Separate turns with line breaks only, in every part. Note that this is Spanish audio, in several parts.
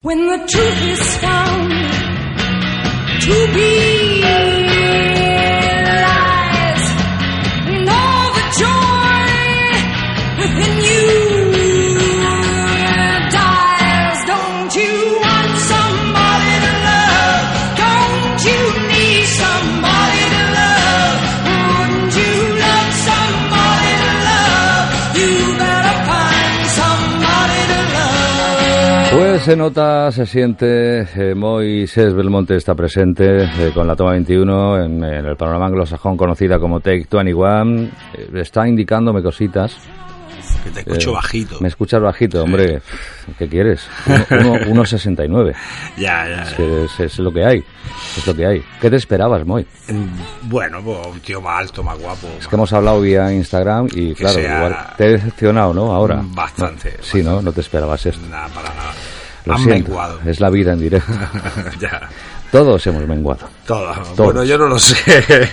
When the truth is found to be lies, and all the joy within you dies, don't you want somebody to love? Don't you need somebody to love? Wouldn't you love somebody to love? You better find somebody to love.
Pues se nota, se siente, eh, Moisés Belmonte está presente eh, con la toma 21 en, en el panorama anglosajón conocida como Take 21. Eh, está indicándome cositas.
Que te escucho
Eh,
bajito.
Me escuchas bajito, hombre. ¿Qué quieres? 1,69.
Ya, ya.
Es, que es, es lo que hay. Es lo que hay. ¿Qué te esperabas, Moy?
Mm, Bueno, pues un tío más alto, más guapo.
Es que hemos hablado vía Instagram y claro,
sea-
igual te he decepcionado, ¿no? Ahora.
Bastante,
Sí, ¿no? No te esperabas esto.
Nada, para nada.
Lo
Han
siento.
menguado.
Es la vida en directo.
ya.
Todos hemos menguado.
Todo.
Todos.
Bueno, yo no lo sé.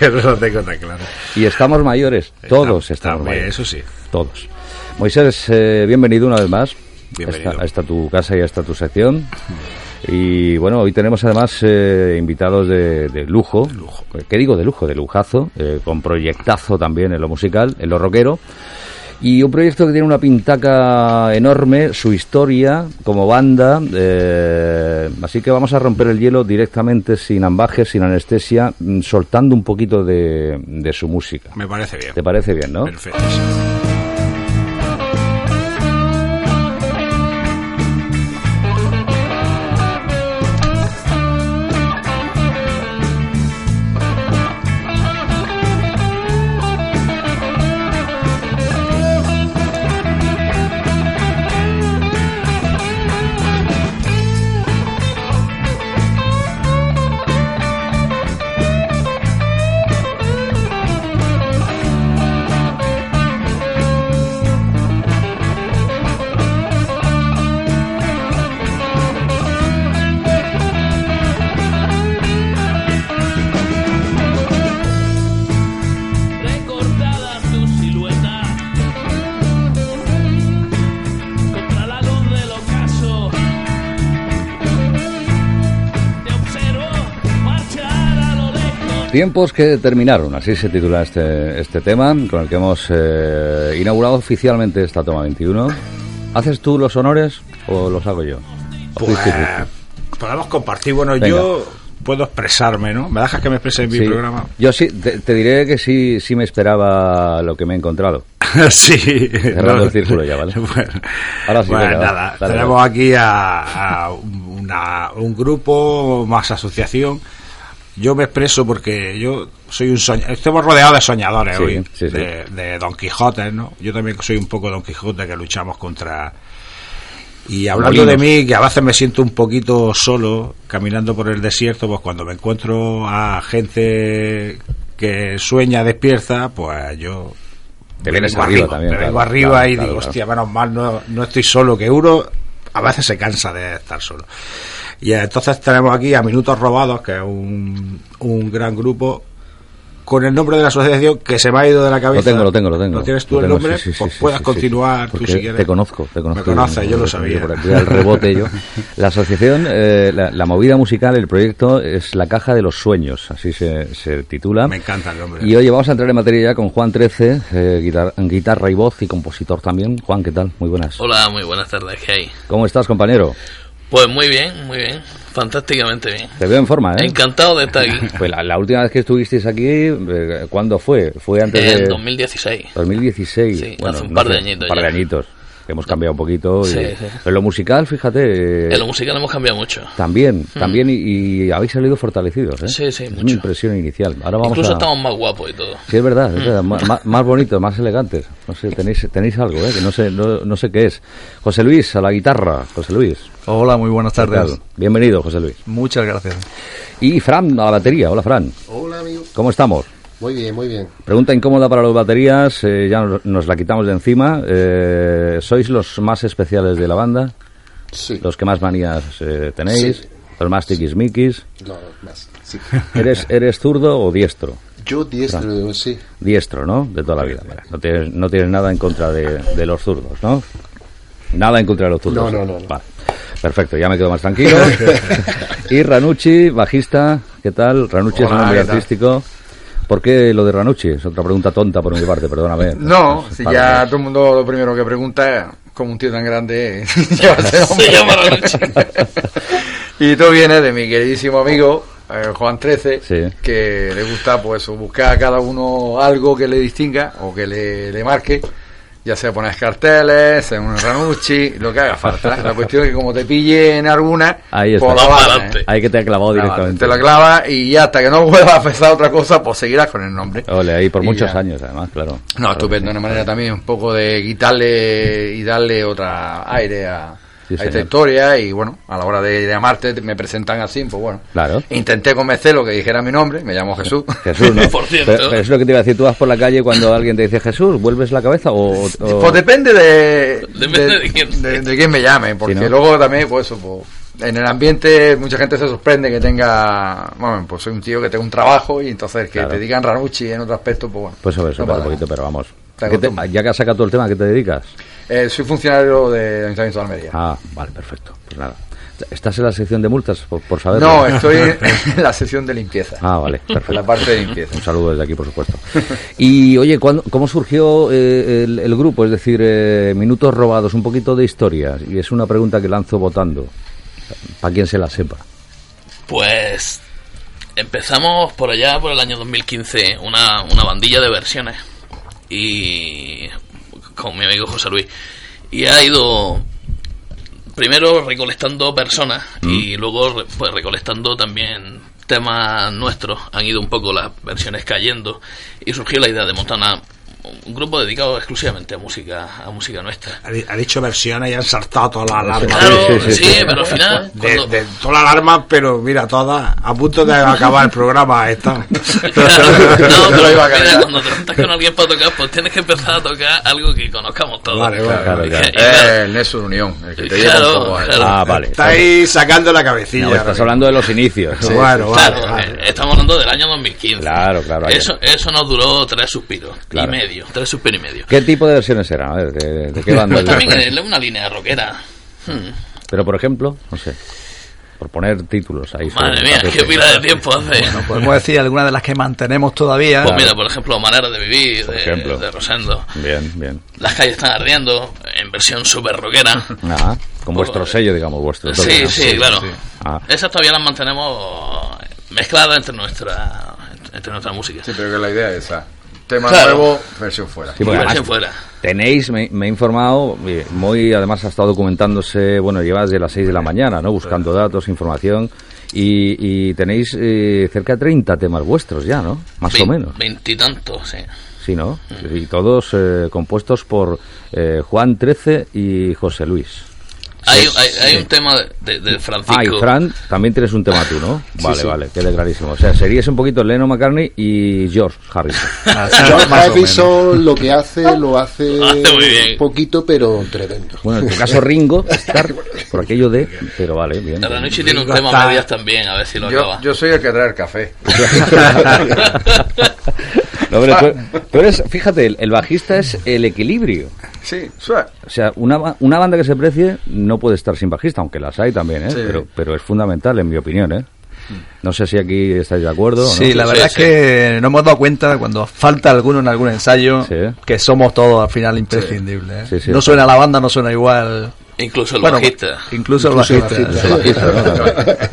no lo tengo tan claro.
Y estamos mayores, todos
Está-
estamos
también,
mayores.
Eso sí.
Todos. Moisés, eh, bienvenido una vez más.
Bienvenido.
Hasta, tu casa y hasta tu sección. Y bueno, hoy tenemos además eh, invitados de, de lujo. Eh,
lujo.
¿Qué digo de lujo? De lujazo, eh, con proyectazo también en lo musical, en lo rockero. Y un proyecto que tiene una pintaca enorme, su historia como banda. eh, así que vamos a romper el hielo directamente, sin ambajes, sin anestesia, mm, soltando un poquito de, de su música.
Me parece bien.
¿Te parece bien, no?
Perfecto. sí.
recortada tu silueta contra la luz del ocaso te observo marchar a lo lejos
Tiempos que terminaron, así se titula este, este tema, con el que hemos eh, inaugurado oficialmente esta toma 21. ¿Haces tú los honores o los hago yo?
Pues,
Sí, sí, sí.
podemos compartir. Bueno,
Venga.
yo puedo expresarme, ¿no? ¿Me dejas que me exprese en mi
Sí.
programa?
Yo sí, te, te diré que sí, sí me esperaba lo que me he encontrado.
sí.
Cerrando el círculo ya, ¿vale?
Bueno,
Ahora sí,
Bueno,
venga, va.
nada,
Dale,
tenemos
dale.
aquí a, a una- un grupo más asociación. Yo me expreso porque yo soy un soñador. Estamos rodeados de soñadores
Sí,
hoy,
sí, sí.
De, de Don Quijote, ¿no? Yo también soy un poco Don Quijote que luchamos contra. Y hablando
Molinos.
de mí, que a veces me siento un poquito solo caminando por el desierto, pues cuando me encuentro a gente que sueña despierta, pues yo
Te
me
vienes
vengo
arriba también,
Me
claro,
vengo arriba
claro,
y
claro,
digo,
claro.
hostia, menos mal, no, no estoy solo, que uno a veces se cansa de estar solo. Y eh, entonces tenemos aquí a Minutos Robados, que es un, un gran grupo, con el nombre de la asociación que se me ha ido de la cabeza.
Lo tengo, lo tengo, lo tengo.
¿No tienes tú
Lo
el
tengo,
nombre?
sí, sí,
pues
sí, sí,
puedas
sí, sí.
continuar tú
Porque
si quieres.
Te conozco, te conozco.
Me conoces, yo lo sabía.
Por aquí al rebote yo. La asociación, eh, la, la movida musical, el proyecto es La Caja de los Sueños, así se, se titula.
Me encanta el nombre.
Y oye, vamos a entrar en materia ya con Juan 13, eh, guitar- guitarra y voz y compositor también. Juan, ¿qué tal? Muy buenas.
Hola, muy buenas tardes, ¿qué hay?
¿Cómo estás, compañero?
Pues muy bien, muy bien, fantásticamente bien.
Te veo en forma, ¿eh?
Encantado de estar aquí.
Pues la, la última vez que estuvisteis aquí, eh, ¿cuándo fue? Fue antes
En
de...
2016.
2016.
Sí, hace un par de
sé,
añitos
Un par de
ya.
añitos. que hemos cambiado un poquito. y-
Sí, sí.
En lo musical, fíjate.
En lo musical hemos cambiado mucho.
También, también, y, y habéis salido fortalecidos, ¿eh?
Sí, sí,
Es mi
mucho.
impresión inicial. Ahora vamos
Incluso
a...
estamos Mm. más guapos y todo.
Sí, es verdad, es verdad. ma- ma- Más, bonitos, más elegantes. No sé, tenéis, tenéis algo, ¿eh? Que no sé, no, no sé qué es. José Luis, a la guitarra. José Luis.
Hola, muy buenas tardes.
Bienvenido, José Luis.
Muchas gracias.
Y Fran, a la batería. Hola, Fran.
Hola, amigo.
¿Cómo estamos?
Muy bien, muy bien.
Pregunta incómoda para las baterías, eh, ya nos, nos la quitamos de encima. Eh, ¿Sois los más especiales de la banda?
Sí.
¿Los que más manías eh, tenéis?
Sí.
¿Los más tiquismiquis?
No, no, más. Sí.
¿Eres, ¿Eres zurdo o diestro?
Yo diestro, sí.
Diestro, ¿no? De toda la vida. Mira, no, tienes, no tienes nada en contra de, de los zurdos, ¿no? Nada en contra de los zurdos.
No, no, no, no.
Vale. Perfecto, ya me quedo más tranquilo. y Ranucci, bajista, ¿qué tal? Ranucci es un
Hola,
nombre
¿qué tal?
artístico. ¿Por qué lo de Ranucci? Es otra pregunta tonta por mi parte, perdóname.
No, si
Para-
ya todo el mundo lo primero que pregunta es cómo un tío tan grande lleva ese nombre.
Se llama Ranucci.
y todo viene de mi queridísimo amigo eh, Juan 13,
Sí.
que le gusta pues buscar a cada uno algo que le distinga o que le, le marque. Ya sea poner carteles, sea un Ranucci, lo que haga falta. La cuestión es que como te pille en alguna,
Ahí está.
pues la
Va
bajas,
pa'lante.
¿eh?
Hay que te ha clavado
La
directamente.
Te la clava y ya hasta que no vuelvas a pensar otra cosa, pues seguirás con el nombre.
Ole, ahí por
Y
muchos
ya.
años, además, claro.
No, estupendo, una manera también un poco de quitarle y darle otra aire a,
Sí,
a esta
señor.
historia y bueno, a la hora de llamarte te- me presentan así, pues bueno.
Claro.
Intenté convencerlo que dijera mi nombre, me llamo Jesús.
Jesús, ¿no?
Por cierto.
Pero, pero es lo que te iba a decir. Tú vas por la calle cuando alguien te dice Jesús, ¿vuelves la cabeza o.? o-
Pues depende de,
Depende de quién.
de- de quién me llame, porque
¿no?
luego también, pues eso, pues, en el ambiente mucha gente se sorprende que tenga, bueno, pues soy un tío que tengo un trabajo y entonces que
Claro.
te digan Ranucci en otro aspecto, pues bueno.
Pues sobre eso,
no
para
pasa
un poquito,
nada.
pero vamos.
Te
¿Qué te-
acostumbras.
ya que has sacado todo el tema, ¿a qué te dedicas?
Eh, soy funcionario del Ayuntamiento de Almería.
Ah, vale, perfecto. Pues nada. ¿Estás en la sección de multas, por, por saberlo?
No, estoy en la sesión de limpieza.
Ah, vale, perfecto.
en la parte de limpieza.
Un saludo desde aquí, por supuesto. Y oye, ¿cuándo- ¿cómo surgió eh, el, el grupo? Es decir, eh, Minutos Robados, un poquito de historia. Y es una pregunta que lanzo votando, para quien se la sepa.
Pues empezamos por allá, por el año 2015, una, una bandilla de versiones. Y con mi amigo José Luis. Y ha ido primero recolectando personas y luego re- pues recolectando también temas nuestros. Han ido un poco las versiones cayendo y surgió la idea de montar una- un grupo dedicado exclusivamente a música, a música nuestra.
Ha, di- ha dicho versiones y han saltado todas las alarmas.
Claro,
Ah, sí, sí,
sí,
sí.
pero al final...
De,
cuando-
de todas las alarmas, pero mira, todas a punto de acabar el programa están.
Claro, no,
Lo iba
pero mira,
a cargar.
cuando te juntas con alguien para tocar, pues tienes que empezar a tocar algo que conozcamos todos.
Vale, vale,
claro,
Y-
claro.
y
Eh, el Nexus Unión, el que te lleva
Claro,
un poco a-
claro.
Ah, vale.
Está ahí sacando la cabecilla.
No, estás
ahora
hablando de los inicios.
mismo. Bueno,
claro,
vale, vale.
eh, estamos hablando del año 2015.
Claro, claro, ayer.
Eso, eso nos duró tres suspiros
Claro.
y medio, tres suspiros y medio.
¿Qué tipo de versiones eran? A ver, ¿de, de qué banda?
Pues también es una línea rockera. Hmm,
Pero, por ejemplo, no sé, por poner títulos ahí. sobre
madre
el
mía,
tapete.
qué pila de tiempo hace.
pues,
Podemos decir algunas de las que mantenemos todavía.
Pues mira, por ejemplo, Manera de Vivir,
Por
de,
ejemplo.
de Rosendo.
Bien, bien.
Las calles están ardiendo, en versión super rockera.
Ah, con vuestro
Pues,
sello, digamos, vuestro. toque,
Sí,
¿no?
sí, claro.
Ah.
Esas todavía las mantenemos mezcladas entre nuestra entre nuestra música.
Sí, pero que la idea es esa. Tema
Claro.
nuevo, versión fuera.
Sí, porque
Versión
además
fuera.
Tenéis, me, me he informado, eh, muy además ha estado documentándose, bueno, lleva desde las 6 de la mañana, ¿no? Buscando datos, información, y, y tenéis eh, cerca de 30 temas vuestros ya, ¿no? Más o
Vein-
menos.
Veintitantos, sí.
Sí, ¿no? Y todos eh, compuestos por eh, Juan 13 y José Luis.
Hay, hay, hay un tema de, de Francisco.
Ah, y Fran, también tienes un tema tú, ¿no? Vale, vale, queda clarísimo. O sea, serías un poquito Leno McCartney y George Harrison.
John Harrison lo que hace, lo hace,
Lo hace muy bien.
poquito, pero tremendo.
Bueno, en tu caso Ringo, Starr, por aquello de... Pero vale, bien.
La noche tiene un
Ringo
tema
está-
a medias también, a ver si lo
Yo,
acaba.
yo soy el que trae el café.
No, pero tú, tú eres, fíjate, el, el bajista es el equilibrio.
Sí, suave.
O sea, una, ba- una banda que se precie no puede estar sin bajista, aunque las hay también, ¿eh?
Sí.
Pero, pero es fundamental, en mi opinión, ¿eh? No sé si aquí estáis de acuerdo. o no.
Sí, la
Sí,
verdad
sí.
es que nos hemos dado cuenta cuando falta alguno en algún ensayo
Sí.
que somos todos al final imprescindibles. ¿eh?
¿eh? Sí, sí.
no suena la banda, no suena igual.
Incluso el
Bueno,
bajista.
incluso el
Incluso el
bajista.
bajista.
Bajista,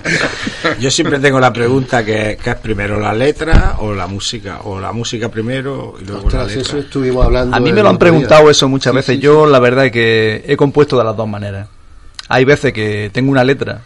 ¿no?
Yo siempre tengo la pregunta que, que es primero la letra o la música, o la música primero y luego la
Ostras,
letra.
eso estuvimos hablando.
A mí
el
me lo han
otro día.
preguntado eso muchas veces. Yo la verdad es que he compuesto de las dos maneras. Hay veces que tengo una letra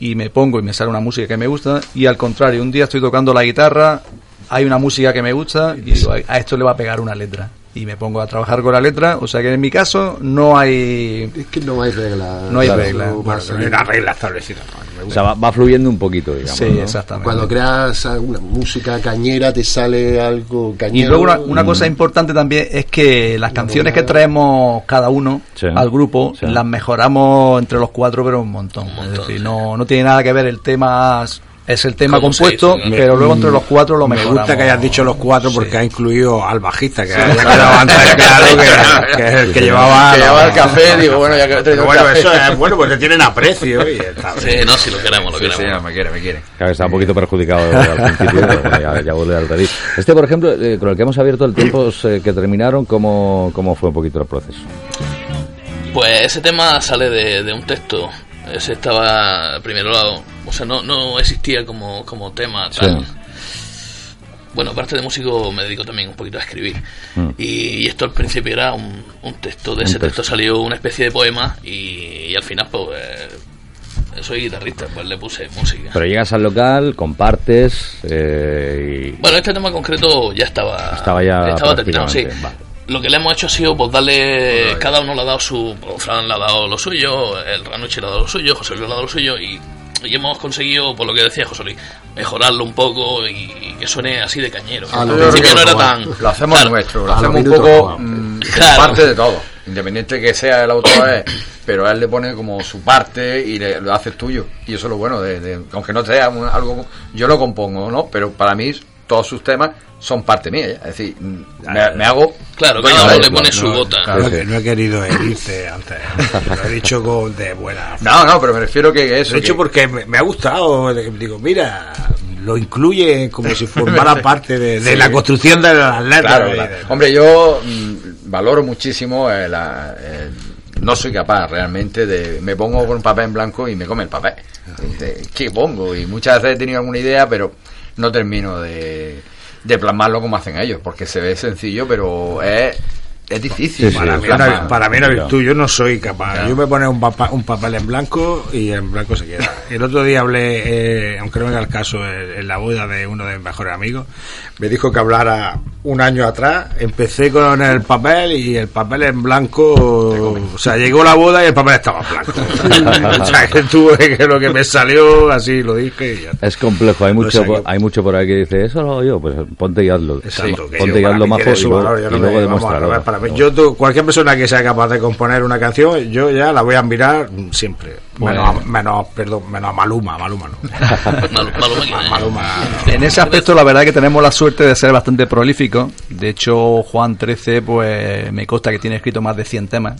y me pongo y me sale una música que me gusta y al contrario, un día estoy tocando la guitarra, hay una música que me gusta y digo, a esto le va a pegar una letra. Y me pongo a trabajar con la letra, o sea que en mi caso no hay...
Es que no hay regla.
No hay
Claro,
regla.
no
Bueno,
pasa
no hay
nada.
una regla establecida. ¿no? Me
O
gusta.
sea, va, va fluyendo un poquito, digamos.
Sí,
¿no?
exactamente.
Cuando creas una música cañera te sale algo
Y
cañero.
luego una, una cosa importante también es que las canciones que traemos cada uno
Sí.
al grupo
Sí.
las mejoramos entre los cuatro, pero un montón. es decir, no, no tiene nada que ver el tema, es el tema
Como se
compuesto,
dice, ¿no?
pero luego entre los cuatro lo
me
mejoramos.
gusta que hayas dicho los cuatro porque ha incluido al bajista, que ha
Sí.
quedado antes claro que, que es el que llevaba...
Que llevaba
los-
el café, digo, bueno, ya que he
Pero
traído
bueno,
el café.
eso es bueno, porque te tienen aprecio. Y está
Sí, no, si lo queremos, lo
Sí,
queremos.
sí, no, me quiere, me quiere.
Claro, está un poquito perjudicado al principio, pero bueno, ya, ya vuelve al revés. Este, por ejemplo, eh, con el que hemos abierto el tiempo eh, que terminaron, ¿cómo, ¿cómo fue un poquito el proceso?
Pues ese tema sale de, de un texto. Ese estaba primero, o sea, no, no existía como, como tema tal.
Sí.
Bueno, aparte de músico me dedico también un poquito a escribir.
Mm.
Y, y esto al principio era un, un texto, de ese
texto.
texto salió una especie de poema y, y al final pues eh, soy guitarrista, pues le puse música.
Pero llegas al local, compartes eh, y
Bueno, este tema en concreto ya estaba,
Estaba ya
estaba terminado, sí.
prácticamente, vale.
Lo que le hemos hecho ha sido pues darle, cada uno le ha dado su, pues, Fran le ha dado lo suyo, el Ranucci le ha dado lo suyo, José Luis le ha dado lo suyo y, y hemos conseguido, por lo que decía José Luis, mejorarlo un poco y, y que suene así de cañero.
Ah,
Al
lo
principio
que-
no era
lo-
tan...
Lo hacemos
claro,
nuestro, lo
a los
hacemos un
minutos,
poco
¿no?
mm,
Claro.
parte de todo. Independiente que sea el autor, es, pero él le pone como su parte y le, lo hace tuyo. Y eso es lo bueno, de, de- aunque no sea un- algo. Yo lo compongo, ¿no? Pero para mí todos sus temas son parte mía. ya. Es decir, mm, me, me hago.
Claro,
dueño
cada uno
de
le
ello.
pone su gota.
claro.
No, que no he querido herirte antes. Lo he dicho con, de buena fe.
No, no, pero me refiero que eso.
Lo he dicho
que-
porque me, me ha gustado. de- Digo, mira, lo incluye como si formara parte de, de
Sí.
la construcción de las letras.
Claro, la- hombre, yo mm, valoro muchísimo eh, la- eh, no soy capaz realmente de... Me pongo con un papel en blanco y me come el papel. De- ¿Qué pongo? Y muchas veces he tenido alguna idea, pero no termino de, de plasmarlo como hacen ellos, porque se ve sencillo, pero es, es difícil.
Sí, sí,
para,
de
mí una,
plasmar.
para mí una virtud, yo no soy capaz.
Claro.
Yo me pone un, papa- un papel en blanco y en blanco se queda. El otro día hablé, eh, aunque no venga el caso, en, en la boda de uno de mis mejores amigos, me dijo que hablara un año atrás. Empecé con el papel y el papel en blanco. O sea, llegó la boda y el papel estaba en blanco. o sea, que tuve que lo que me salió, así lo dije y ya está.
es complejo. Hay
No
mucho,
sé,
por-
que-
hay mucho por ahí que dice, eso lo hago yo, pues ponte y hazlo.
Exacto, que
ponte
yo-
y
para
hazlo
mí
majo
tiene
y
su
luego,
valor, yo no
y
me-
luego
vamos,
demuéstralo.
a ver, para mí- yo, tú- cualquier persona que sea capaz de componer una canción, yo ya la voy a admirar mm, siempre. Menos, a- menos, perdón, menos a Maluma, Maluma no.
Mal- Maluma, ¿quién es?
Maluma.
En ese aspecto la verdad es que tenemos la suerte de ser bastante prolíficos. De hecho, Juan 13 pues me consta que tiene escrito más de 100 temas.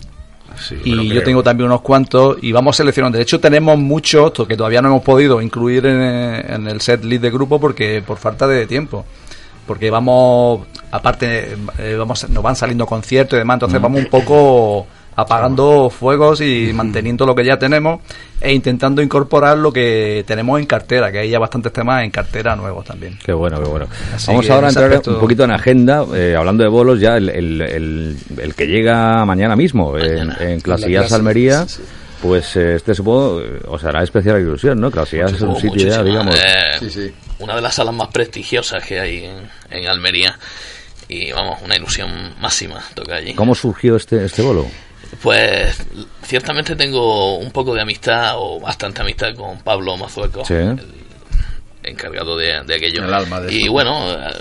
sí, me
y
lo
yo
creo.
tengo también unos cuantos y vamos seleccionando. De hecho, tenemos muchos to- que todavía no hemos podido incluir en, eh, en el set list de grupo porque por falta de tiempo. Porque vamos, aparte, eh, vamos, nos van saliendo conciertos y demás, entonces vamos un poco apagando fuegos y manteniendo lo que ya tenemos e intentando incorporar lo que tenemos en cartera, que hay ya bastantes temas en cartera nuevos también.
Qué bueno, qué bueno.
Así
Vamos
que
ahora a
en ese
entrar
aspecto-
un poquito en agenda, eh, hablando de bolos, ya el, el- el- el que llega mañana mismo eh, en-
Mañana.
en, Clasillas
Clasillas,
Almería.
sí, sí.
Pues eh, este supongo eh, os hará especial ilusión, ¿no? Clasillas es un
Hubo
sitio ya,
muchísimas,
digamos.
Pues eh,
Sí, sí.
Una de las salas más prestigiosas que hay en, en Almería. Y vamos, una ilusión máxima toca allí.
¿Cómo surgió este, este bolo?
Pues ciertamente tengo un poco de amistad o bastante amistad con Pablo Mazueco,
Sí.
el encargado de, de aquello.
El alma de
y
esto.
bueno, eh,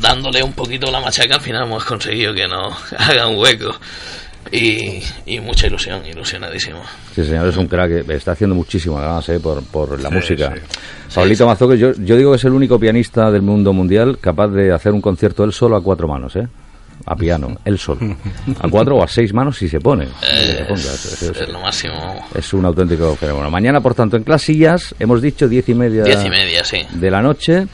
dándole un poquito la machaca, al final hemos conseguido que nos haga un hueco. Y, y mucha ilusión, ilusionadísimo.
Sí, señor, es un crack. eh, Está haciendo muchísimo, además, eh, por, por la música. Pablito Mazoque, yo, yo digo que es el único pianista del mundo mundial capaz de hacer un concierto él solo a cuatro manos, ¿eh? A piano, él solo. A cuatro o a seis manos si se pone. si se ponga,
Es,
sí, sí, sí.
es lo máximo.
Es un auténtico fenómeno. Mañana, por tanto, en Clasillas, hemos dicho diez y media,
Diez y media, sí.
de la noche.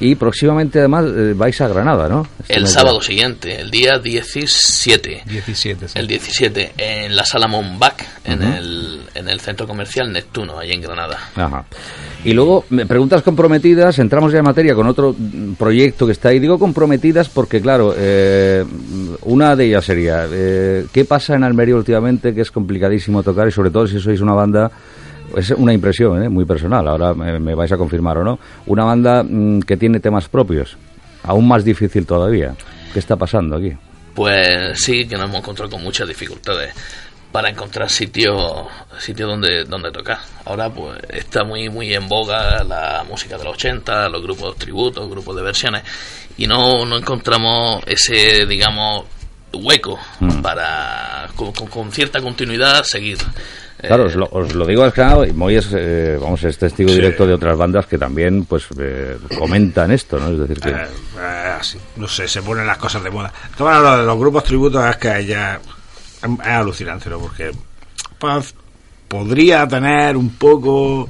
Y próximamente, además, eh, vais a Granada, ¿no? Este
El
mes de-
sábado siguiente, el día 17.
17, sí.
El 17, en la sala Monbac, en, el, en el centro comercial Neptuno, ahí en Granada.
Ajá. Y luego, me- preguntas comprometidas, entramos ya en materia con otro mm, proyecto que está ahí. Digo comprometidas porque, claro, eh, una de ellas sería, eh, ¿qué pasa en Almería últimamente que es complicadísimo tocar y sobre todo si sois una banda... Es una impresión ¿eh? muy personal, ahora me, me vais a confirmar o no. Una banda mm, que tiene temas propios, aún más difícil todavía. ¿Qué está pasando aquí?
Pues sí, que nos hemos encontrado con muchas dificultades para encontrar sitio, sitio donde, donde tocar. Ahora pues está muy, muy en boga la música de los 80, los grupos tributos, grupos de versiones, y no, no encontramos ese, digamos, hueco para con, con- con cierta continuidad seguir. Eh,
Claro, os lo, os lo digo es claro, y Moy es, eh, vamos, es testigo directo de otras bandas que también pues eh, comentan esto, ¿no? Es decir, que...
Eh, eh, así, no sé, se ponen las cosas de moda. Todo lo de los grupos tributos es que ya es, es alucinante, ¿no? Porque pues, podría tener un poco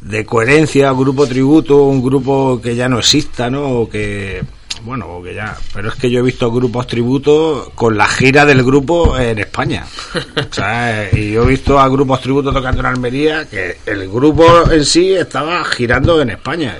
de coherencia un grupo tributo, un grupo que ya no exista, ¿no? O que bueno, o que ya, pero es que yo he visto grupos tributos con la gira del grupo en España. O sea, eh, y yo he visto a grupos tributos tocando en Almería que el grupo en sí estaba girando en España.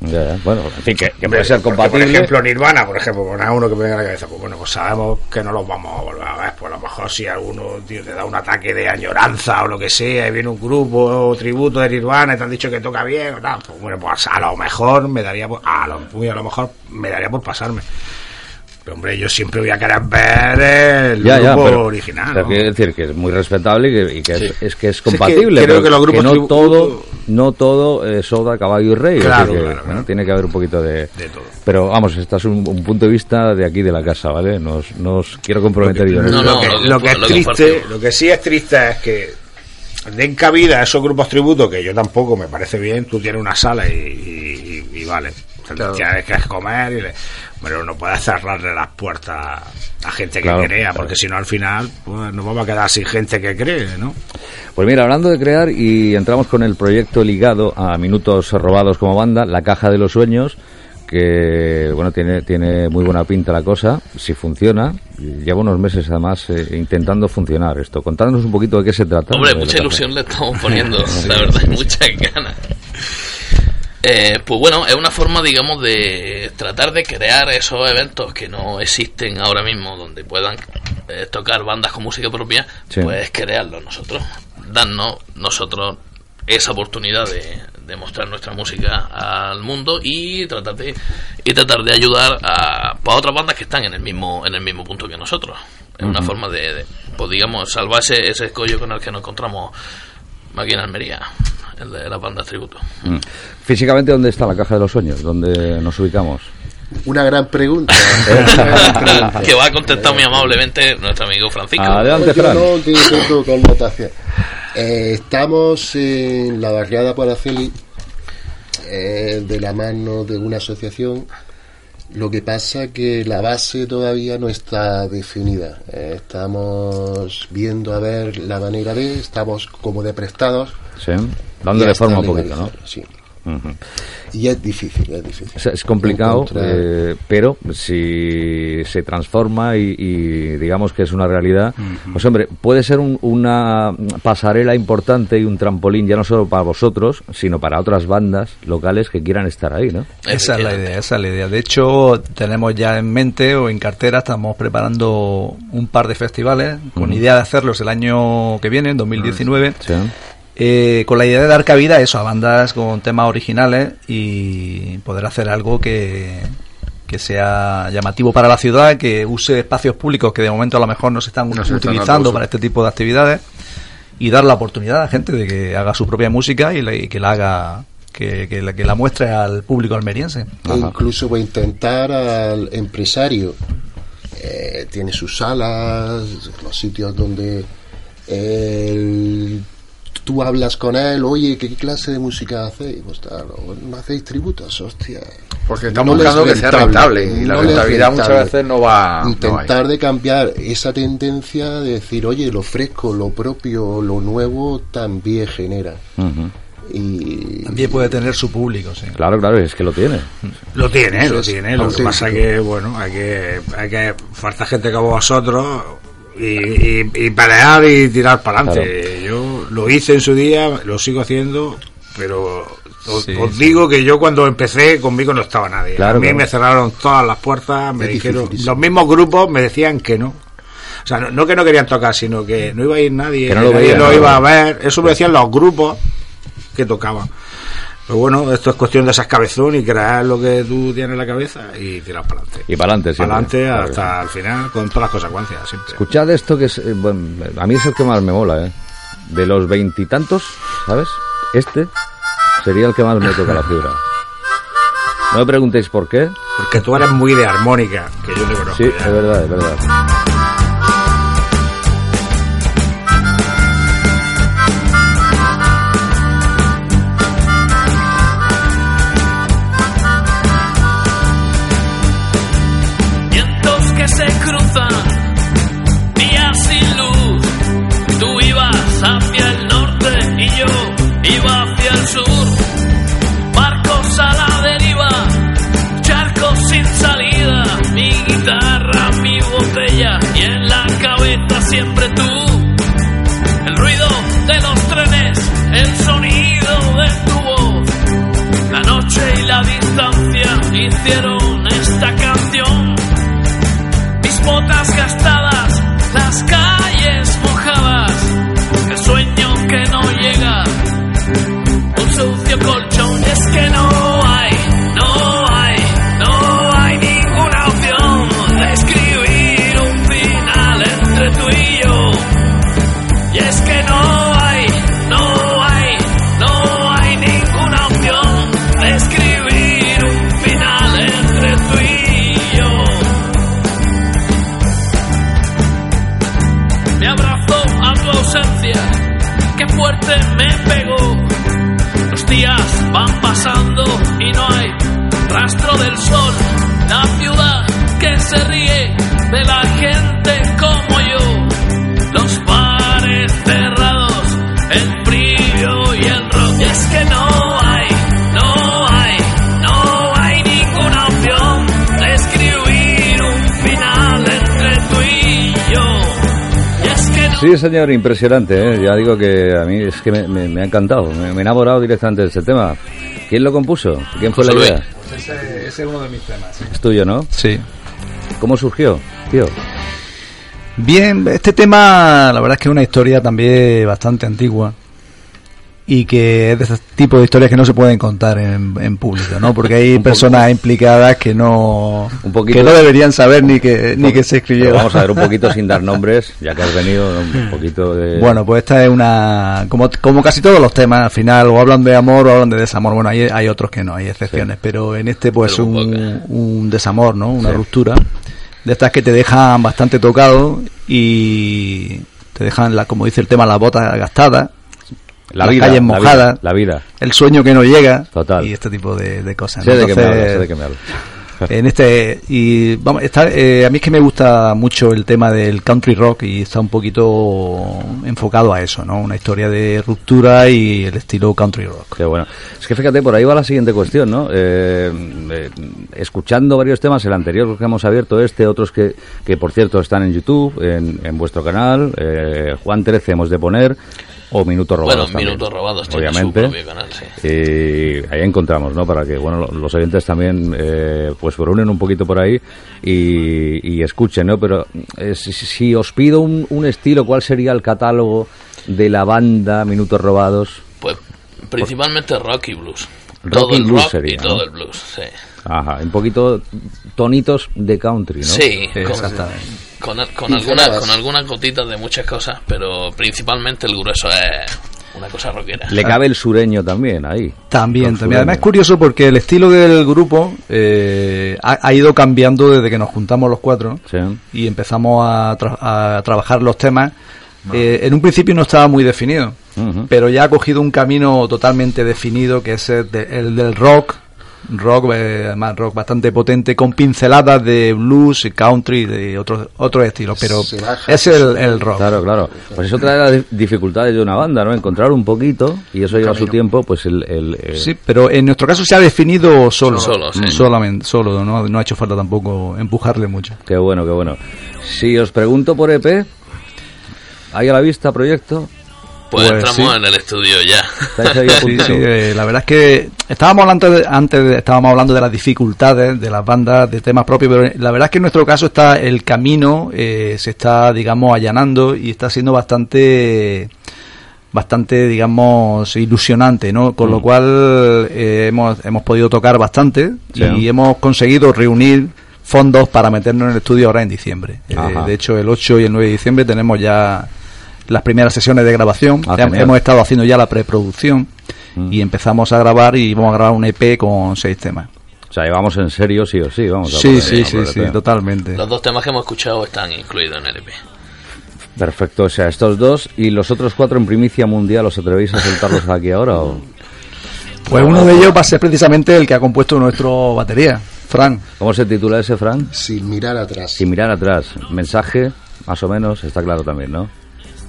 Ya, ya. Bueno, en fin, que, que
Hombre,
puede ser
porque,
compatible.
Por ejemplo, Nirvana, por ejemplo, bueno, a uno que me venga a la cabeza, pues bueno, pues sabemos que no los vamos a volver a ver, pues a lo mejor si alguno tío, te da un ataque de añoranza o lo que sea, y viene un grupo o tributo de Nirvana y te han dicho que toca bien, o tal, pues bueno, pues a lo mejor me daría por, a lo, muy a lo mejor me daría por pasarme. Pero hombre, yo siempre voy a querer ver el
ya, ya,
grupo
pero-
original.
pero
¿no?
quiero decir que es muy respetable y que, y que es, es que es
que
compatible.
creo
pero
que los grupos
no
tribu-
todo, no todo eh, soda, caballo y rey. es
Claro,
decir que,
claro, claro.
¿no? Tiene que haber un poquito de.
De todo.
Pero vamos, este es un, un punto de vista de aquí de la casa, ¿vale? No os, no os quiero comprometer yo. en
No,
ello.
lo, que,
no,
lo que es
lo que
triste,
compartimos.
lo que sí es triste es que den cabida a esos grupos tributos que yo tampoco me parece bien. Tú tienes una sala y, y- y- y vale, tienes que comer, y le- pero no puedes cerrarle las puertas a gente que
Claro,
crea,
claro.
porque si no al final pues, nos vamos a quedar sin gente que cree, ¿no?
Pues mira, hablando de crear y entramos con el proyecto ligado a Minutos Robados como banda, La Caja de los Sueños, que bueno, tiene, tiene muy buena pinta la cosa, si funciona. Llevo unos meses además eh, intentando funcionar esto. Contadnos un poquito de qué se trata.
Hombre,
de
mucha
La Caja.
ilusión le estamos poniendo, la verdad, hay muchas ganas. Eh, pues bueno, es una forma, digamos, de tratar de crear esos eventos que no existen ahora mismo, donde puedan eh, tocar bandas con música propia,
Sí.
pues crearlos nosotros, darnos nosotros esa oportunidad de, de mostrar nuestra música al mundo y tratar de y tratar de ayudar a para otras bandas que están en el mismo en el mismo punto que nosotros. Es una forma de, de, pues digamos, salvar ese, ese escollo con el que nos encontramos aquí en Almería, el de las bandas tributo.
Mm. Físicamente, ¿dónde está La Caja de los Sueños? ¿Dónde nos ubicamos?
Una gran pregunta.
que va a contestar muy amablemente nuestro amigo Francisco.
Adelante,
Pues Yo
Fran.
no, que tengo connotación. Eh, estamos en la barriada Paraceli eh, de la mano de una asociación. Lo que pasa que la base todavía no está definida. Eh, estamos viendo a ver la manera de, estamos como de prestados.
Sí. Dándole
y hasta
forma un poquito, ¿no?
legalizar, Sí.
Ujú.
Y es difícil, es difícil.
O sea, es complicado,
Encontrar-
eh, pero si se transforma y, y digamos que es una realidad, pues hombre, puede ser un- una pasarela importante y un trampolín ya no solo para vosotros, sino para otras bandas locales que quieran estar ahí, ¿no?
Esa es la idea, esa es la idea. De hecho, tenemos ya en mente o en cartera, estamos preparando un par de festivales con idea de hacerlos el año que viene, en 2019.
Sí.
eh, con la idea de dar cabida a eso, a bandas con temas originales y poder hacer algo que, que sea llamativo para la ciudad, que use espacios públicos que de momento a lo mejor no se están
No se están dando
utilizando
uso.
para este tipo de actividades y dar la oportunidad a la gente de que haga su propia música y, la- y que la haga, que, que la, que la muestre al público almeriense.
E incluso voy a intentar al empresario. Eh, tiene sus salas, los sitios donde él- tú hablas con él, oye, ¿qué clase de música hacéis? Pues tal, "O no hacéis tributos, hostia.
Porque están
No les
buscando que sea rentable. Y la
no les
rentabilidad muchas
rentable.
veces no va. Ah, no
Intentar
hay.
de cambiar esa tendencia de decir, oye, lo fresco, lo propio, lo nuevo también genera.
Ujú.
Y
También puede tener su público, sí.
Claro, claro, es que lo tiene.
Lo tiene, lo
es,
tiene. Lo que
auténtico.
pasa que, bueno, hay que, hay que falta gente como vosotros y, y, y pelear y tirar para adelante. Yo lo hice en su día, lo sigo haciendo, pero os,
Sí,
os
sí.
digo que yo cuando empecé conmigo no estaba nadie.
Claro,
A mí
claro.
me cerraron todas las puertas, me
Es
dijeron,
dificilísimo.
los mismos grupos me decían que no. O sea, no, no que no querían tocar, sino que no iba a ir nadie,
Que no lo
nadie
veían,
lo
¿no?
iba a ver. Eso me decían los grupos que tocaban. Pero bueno, esto es cuestión de esas cabezón y crear lo que tú tienes en la cabeza y tirar para adelante.
Y para adelante,
Para adelante
Claro que
hasta
sí.
el final con todas las consecuencias, siempre.
Escuchad esto que es. eh, bueno, a mí es el que más me mola, ¿eh? De los veintitantos, ¿sabes? Este sería el que más me toca la fibra. No me preguntéis por qué.
Porque tú eres muy de armónica, que yo te conozco.
Sí,
ya.
es verdad, es verdad.
Vientos que se cruzan, días sin luz. Tú ibas hacia el norte y yo iba hacia el sur. Barcos a la deriva, charcos sin salida. Mi guitarra, mi botella y en la cabeza siempre tú. El ruido de los trenes, el sonido de tu voz. La noche y la distancia hicieron esta canción. Mis botas gastadas, las calles mojadas, el sueño que no llega, un sucio colchón. Y es que no hay, no hay, no hay ninguna opción de escribir un final entre tú y yo. Y es que no hay, no hay, no hay ninguna opción de escribir un final entre tú y yo. Me abrazó a tu ausencia, que fuerte me pegó. Los días van pasando y no hay rastro del sol. La ciudad que se ríe de la gente como yo. Los bares cerrados, el frío y el rock. Y es que no hay, no hay, no hay ninguna opción de escribir un final entre tú y yo. Y es que no
Sí, señor, impresionante. ¿eh? Ya digo que a mí es que me, me- me ha encantado. Me, me he enamorado directamente de ese tema. ¿Quién lo compuso? ¿Quién fue
José
la
Luis.
idea?
Ese, es uno de mis temas.
Es tuyo, ¿no?
Sí.
¿Cómo surgió, tío?
Bien, este tema, la verdad es que es una historia también bastante antigua y que es de ese tipo de historias que no se pueden contar en, en público, ¿no? Porque hay personas implicadas que no,
Un poquito-
que no deberían saber ni que, ni que se escribió.
Pero vamos a ver un poquito sin dar nombres, ya que has venido un poquito de...
Bueno, pues esta es una. Como, como casi todos los temas, al final, o hablan de amor o hablan de desamor. Bueno, hay, hay otros que no, hay excepciones, pero en este, pues,
Pero
un,
pocas.
un desamor, ¿no? Una
Sí.
ruptura. De estas que te dejan bastante tocado y te dejan, la, como dice el tema, las botas gastadas,
la
las
vida, la
calles
vida,
mojadas.
La vida.
el sueño que no llega
Total.
y este tipo de, de cosas. ¿no?
Sé de qué me
Entonces,
hablas, sé de qué me hablas.
en este y vamos está, eh, a mí es que me gusta mucho el tema del country rock y está un poquito enfocado a eso no una historia de ruptura y el estilo country rock
Qué bueno. Es que fíjate, por ahí va la siguiente cuestión, ¿no? Eh, eh, escuchando varios temas, el anterior que hemos abierto, este, otros que, que por cierto están en YouTube, en, en vuestro canal, eh, Juan 13 hemos de poner, o Minutos Robados
Bueno,
también,
Minutos Robados tiene su
obviamente.
propio canal, sí.
Y ahí encontramos, ¿no? Para que, bueno, lo- los oyentes también, eh, pues, reúnen un poquito por ahí y, y escuchen, ¿no? Pero eh, si, si os pido un, un estilo, ¿cuál sería el catálogo de la banda Minutos Robados?
Pues principalmente rock y blues.
Rock
todo
y
el
blues
rock y
sería,
todo
¿no?
el blues, sí.
Ajá, un poquito tonitos de country, ¿no? eh,
Sí,
exactamente
con, con, con
Y
algunas
grabas.
con algunas gotitas de muchas cosas, pero principalmente el grueso es una cosa rockera.
Le cabe el sureño también ahí.
también
Con
también además es
sureño.
curioso porque el estilo del grupo eh, ha, ha ido cambiando desde que nos juntamos los cuatro
Sí.
y empezamos a, tra- a trabajar los temas eh, en un principio no estaba muy definido
Ujú.
pero ya ha cogido un camino totalmente definido que es el, de- el del rock rock, eh, además rock bastante potente, con pinceladas de blues, country, de otros otros estilos, pero
Se baja,
es el, el rock.
Claro, claro. Pues eso trae las dif- dificultades de una banda, ¿no? Encontrar un poquito, y eso lleva su tiempo, pues el... el, eh,
Sí, pero en nuestro caso se ha definido solo.
Solo, sí.
Solamente, solo, no, no ha hecho falta tampoco empujarle mucho.
Qué bueno, qué bueno. Si os pregunto por EP, ahí a la vista, proyecto,
Pues,
Pues
entramos
sí.
en el estudio ya.
estáis ahí
Sí,
apuntando.
sí, eh, la verdad es que estábamos hablando de- antes de- estábamos hablando de las dificultades de las bandas de temas propios, pero la verdad es que en nuestro caso está el camino eh, se está digamos allanando y está siendo bastante bastante digamos ilusionante, ¿no? Con
Mm.
lo cual eh, hemos hemos podido tocar bastante
Sí.
y hemos conseguido reunir fondos para meternos en el estudio ahora en diciembre. Eh,
Ajá.
de hecho, el 8 y el 9 de diciembre tenemos ya las primeras sesiones de grabación.
Ah,
Ya
genial. Mm.
hemos estado haciendo ya la preproducción y empezamos a grabar y vamos a grabar un EP con seis temas.
O sea, llevamos en serio sí o sí, vamos a
Sí,
poner-
sí,
a
sí,
poner E
sí,
tema.
totalmente.
Los dos temas que hemos escuchado están incluidos en el E EP.
Perfecto, o sea, estos dos y los otros cuatro en primicia mundial, ¿os atrevéis a soltarlos aquí ahora o...?
Pues uno de ellos va a ser precisamente el que ha compuesto nuestro batería, Frank.
¿Cómo se titula ese, Frank?
sin mirar atrás.
Sin mirar atrás. Mensaje, más o menos, está claro también, ¿no?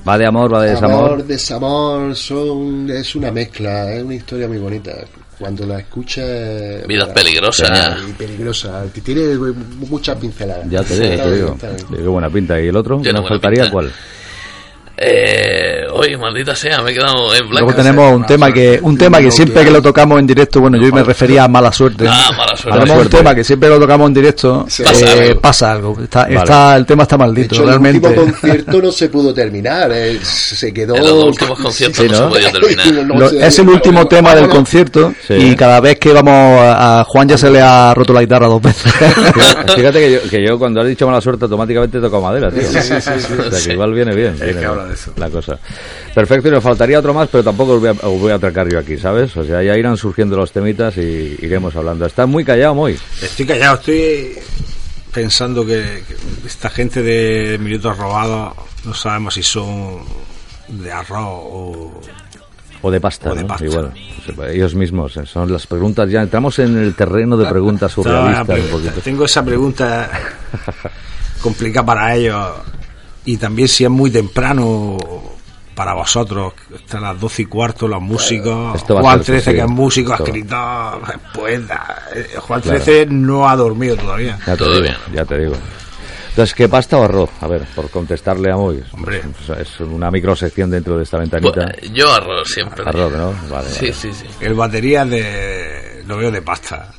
Va de amor, va de desamor.
Amor, desamor, son, es una mezcla, es una historia muy bonita. Cuando la escuchas... bueno,
Vidas peligrosas.
Y peligrosa. que Tiene muchas pinceladas.
Ya te digo,
Está
te
bien,
digo.
está bien.
Qué buena pinta. ¿Y el otro?
Tiene
¿Nos
buena
faltaría
pinta.
cuál?
Eh, oye, maldita sea, me he quedado en blanco.
Luego tenemos un tema que un tema que siempre que lo tocamos en directo, bueno, yo me refería a mala suerte.
Ah, mala suerte.
Tenemos
Mala
un
suerte.
tema que siempre lo tocamos en directo,
Sí.
eh,
Pasa
pasa
algo.
algo. Está, está- el tema está
De
maldito,
hecho,
realmente.
el último concierto no se pudo terminar. eh, se quedó...
En los dos últimos conciertos
Sí,
no,
¿no?
se podía terminar.
No
Lo-
se-
es el último
no,
tema del
no,
concierto
Sí.
y cada vez que vamos a, a Juan ya se le ha roto la guitarra dos veces.
Fíjate- Fíjate que yo, que yo cuando has dicho mala suerte automáticamente he tocado madera, tío. O sea,
Sí.
que igual viene bien. viene
que
bien
habla de eso.
La cosa. Perfecto, y nos faltaría otro más, pero tampoco os voy, a, os voy a atracar yo aquí, ¿sabes? O sea, ya irán surgiendo los temitas y iremos hablando. Estás muy callado, muy.
Estoy callado, estoy pensando que, que esta gente de minutos robados no sabemos si son de arroz o.
O de pasta,
O de
¿no?
pasta.
Igual. Ellos mismos. eh, Son las preguntas. Ya entramos en el terreno de preguntas
Estaba-
surrealistas un poquito.
Tengo esa pregunta complicada para ellos y también si es muy temprano para vosotros, están las 12 y cuarto los músicos,
Pues, Esto va a
Juan
ser
13 que es
posible.
músico,
Esto va.
escritor, pues, poeta, eh, Juan 13 no ha dormido todavía.
Ya te,
Todo
digo,
bien.
ya te digo. Entonces, ¿qué pasta o arroz? A ver, por contestarle a Moy.
Hombre.
Es- Es una microsección dentro de esta
Pues,
ventanita.
yo arroz siempre.
Arroz, ¿no? Vale,
Sí,
vale.
sí, sí.
El batería de lo veo de pasta.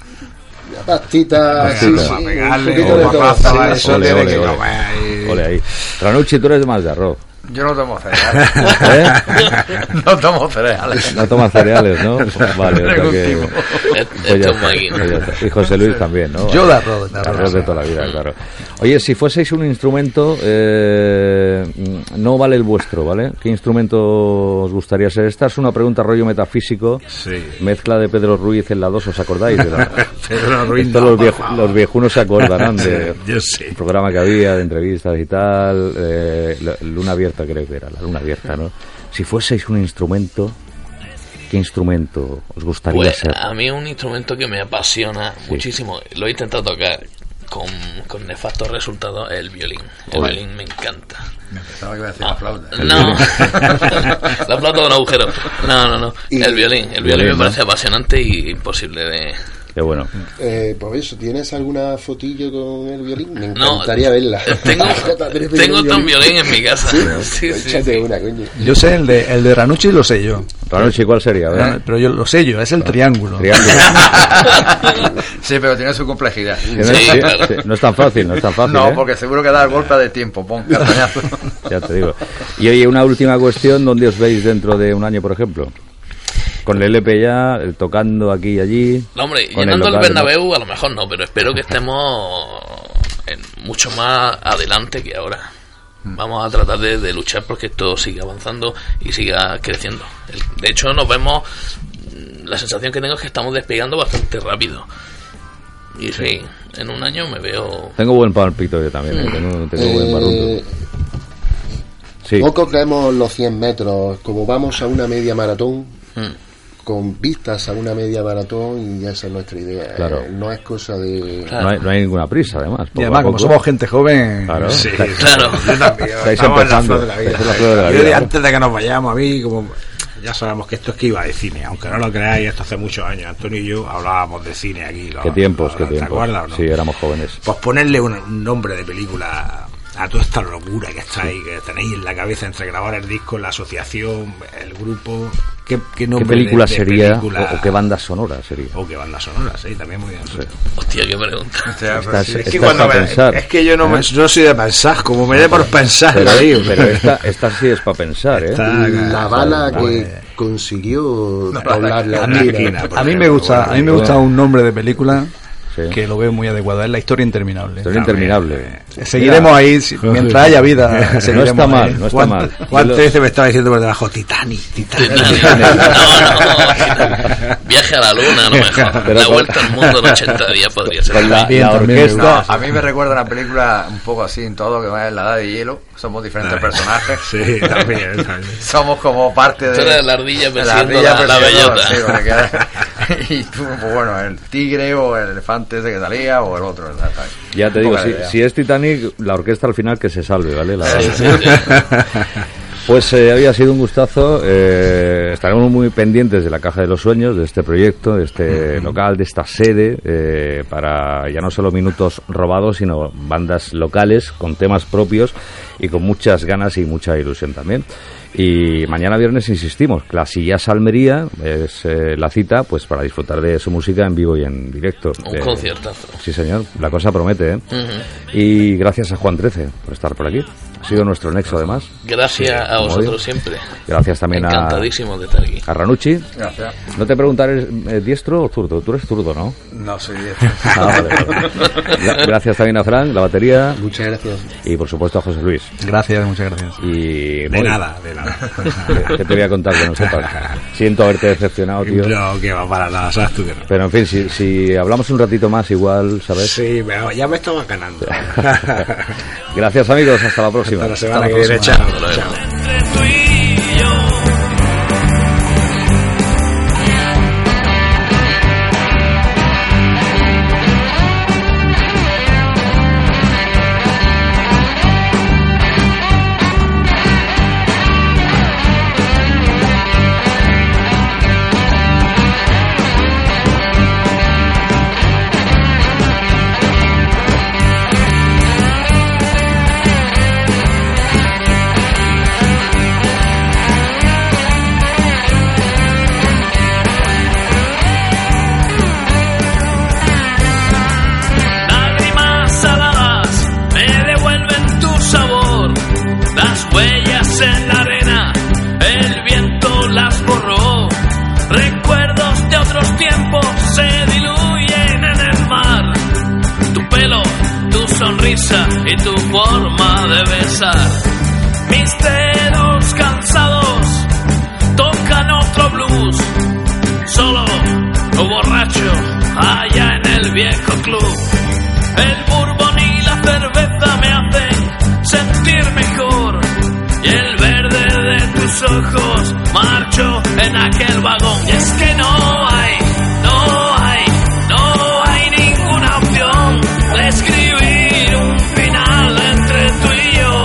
La pastita, sí,
Venga,
sí,
para
un
pegarle,
poquito
o
de
para
todo,
raza,
sí,
eso
sí,
ole,
tiene
ole,
que
ole.
comer.
Ole ahí. Ranucci, tú eres más de arroz.
Yo no tomo cereales.
¿Eh?
no tomo cereales.
No tomas cereales, ¿no? Vale, o sea que...
Ningún tipo.
Este-
pues
este
ya
es un
está,
maquino.
pues ya está. Y José Luis también, ¿no? Vale.
Yo de arroz, de arroz.
Arroz de toda la vida, claro. Oye, si fueseis un instrumento, eh, no vale el vuestro, ¿vale? ¿Qué instrumento os gustaría ser? Esta es una pregunta rollo metafísico.
Sí.
Mezcla de Pedro Ruiz en la 2, ¿os acordáis? De la-
Pedro Ruiz.
Esto
no,
los,
por
viejo-
favor.
los viejunos se acordarán de
Yo sé.
el programa que había, de entrevistas y tal. eh, la- luna abierta, creo que era, la luna abierta, ¿no? Si fueseis un instrumento, ¿qué instrumento os gustaría
Pues
ser?
a mí es un instrumento que me apasiona muchísimo. Lo he intentado tocar con, con nefastos resultados, el violín. El
Joder.
violín me encanta. Ah,
Pensaba que iba a decir la flauta.
No, la plata con agujero. No, no, no. El violín. El violín
Violín,
me
¿no?
parece apasionante y imposible de...
Qué bueno.
Eh, pues eso, ¿tienes alguna fotillo con el violín? Me
No,
encantaría verla.
Tengo, tengo otro violín en mi casa. Sí,
Sí,
sí,
Échate
sí.
una, coño.
Yo sé el de, el de Ranucci lo sé yo.
Ranucci, ¿cuál sería? A ver.
Eh.
Pero yo lo sé yo, es el triángulo.
Ah. Triángulo.
Sí, pero tiene su complejidad.
Que no,
Sí,
sí,
claro.
sí, no es tan fácil, no es tan fácil.
No,
¿eh?
porque seguro que da el golpe de tiempo. Pon castañazo.
Ya te digo. Y oye, una última cuestión, ¿dónde os veis dentro de un año, por ejemplo? Con el LP ya, eh, tocando aquí y allí.
No, hombre,
con
llenando el,
local, ¿no?
Bernabéu a lo mejor no, pero espero que estemos en mucho más adelante que ahora.
Mm.
Vamos a tratar de, de luchar porque esto siga avanzando y siga creciendo. El- De hecho, nos vemos... La sensación que tengo es que estamos despegando bastante rápido. Y sí, en un año me veo...
Tengo buen palpito yo también, ¿eh? tengo, tengo buen
Eh,
barrunto. Sí,
Poco caemos los 100 metros. Como vamos a una media maratón, con vistas a una media maratón y esa es nuestra idea.
Claro.
Eh, no es cosa de...
No hay, no hay ninguna prisa, además.
Y
poco a
además, como
poco.
somos gente joven,
Claro.
Sí,
Claro.
Yo también.
Estáis
estamos en la
empezando,
flor de la vida. ¿eh?
estáis en la flor de la
Yo,
vida.
Antes de que nos vayamos, a mí, como ya sabemos que esto es que iba de cine, aunque no lo creáis, esto hace muchos años. Antonio y yo hablábamos de cine aquí. lo-
Qué tiempos,
lo-
qué
lo- ¿Te
tiempos.
acuerdas o no?
Sí, eh. éramos jóvenes.
Pues ponerle un, un nombre de película a toda esta locura que está ahí, que tenéis en la cabeza entre grabar el disco, la asociación, el grupo. ¿Qué, qué,
¿Qué
nombre
película
de- de
sería
película-
O, o qué banda sonora sería?
o qué banda sonora, sí, también muy bien.
Hostia, qué pregunta.
Estás-
pues es, que
estás
cuando
a
me-
pensar. ¿Eh?
es que yo no, me- no soy de pensar, como me dé por pensar,
Pero,
lo digo.
pero esta, esta sí es para pensar, ¿eh?
Está-
La bala que consiguió doblar la
Ana
esquina.
Quina, por
a mí me
ejemplo,
gusta,
bueno,
a mí me gusta un nombre de película
Sí.
que lo veo muy adecuado. Es la historia interminable.
Historia interminable.
Seguiremos ahí si- mientras haya vida.
No
seguiremos
está
ahí.
mal, no está
Juan-
mal.
Juan
Yo lo-
13 me estaba diciendo por debajo, Titanic, Titanic.
No, no. Viaje a la luna, a lo mejor.
Pero
La
con-
vuelta al mundo en 80 días podría ser.
con la,
Bien,
la
también me
orquesta.
a mí me recuerda una película un poco así en todo, que va en la edad de hielo. Somos
Ah,
diferentes personajes.
Sí, también. también.
Somos como parte
Tú
de.
eres la ardilla
de
persiguiendo
ardilla
la- la
persiguiendo
bellota.
sí, porque queda- y tú, pues bueno, el tigre o el elefante ese que salía o el otro. ¿verdad?
Ya te
Un
digo,
poco
si,
la idea.
si es Titanic, la orquesta al final que se salve, ¿vale? La-
Sí, sí, sí.
Pues eh, había sido un gustazo. eh, estaremos muy pendientes de la Caja de los Sueños, de este proyecto, de este local, de esta sede, eh, para ya no solo minutos robados, sino bandas locales con temas propios y con muchas ganas y mucha ilusión también. Y mañana viernes insistimos, Clasillas Almería es eh, la cita pues para disfrutar de su música en vivo y en directo.
Un
Eh,
conciertazo.
Sí, señor, la cosa promete, ¿eh?
Ujú.
Y gracias a Juan 13 por estar por aquí. Ha sido nuestro nexo, además.
Gracias a
como
vosotros
digo.
siempre.
Gracias también a,
Encantadísimo de estar aquí.
a Ranucci.
Gracias.
No te preguntaré, ¿eres diestro o zurdo? Tú eres zurdo, ¿no?
No soy diestro.
Ah, vale, vale. Gra- Gracias también a Frank, la batería
Muchas gracias.
y por supuesto a José Luis.
Gracias, muchas gracias.
Y
De
Moy,
nada, de nada.
¿Qué te voy a contar que no sepas? Siento haberte decepcionado, tío.
No, que va para nada, sabes tú que no.
Pero en fin, si, si hablamos un ratito más, igual, ¿sabes?
Sí, pero ya me estaba ganando.
Gracias, amigos. Hasta la próxima.
Hasta la semana que
Hasta la
viene,
próxima.
chao, chao.
entre tú y yo. Lágrimas saladas me devuelven tu sabor. Las huellas en la arena, el viento las borró. Recuerdos de otros tiempos se diluyen en el mar. Tu pelo, tu sonrisa y tu forma de besar. Mis dedos cansados tocan otro blues solo o borracho allá en el viejo club. El bourbon y la cerveza me hacen sentir mejor. Y el verde de tus ojos marcho en aquel vagón. Y es que no hay, no hay, no hay ninguna opción de escribir un final entre tú y yo.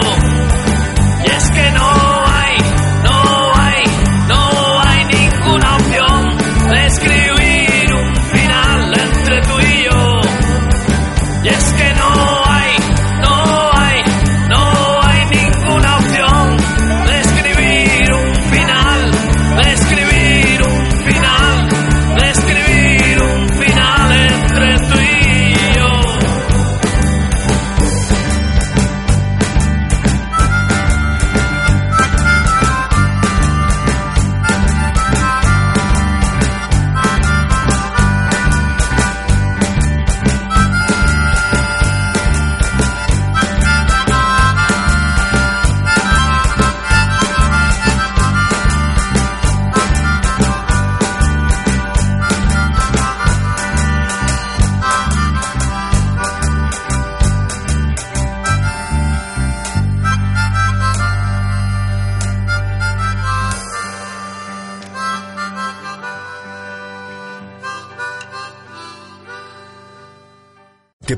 Y es que no hay, no hay, no hay ninguna opción de escribir un final entre tú y yo. Y es que no hay, no hay, no hay ninguna opción de escribir un final, de escribir un final
¿Te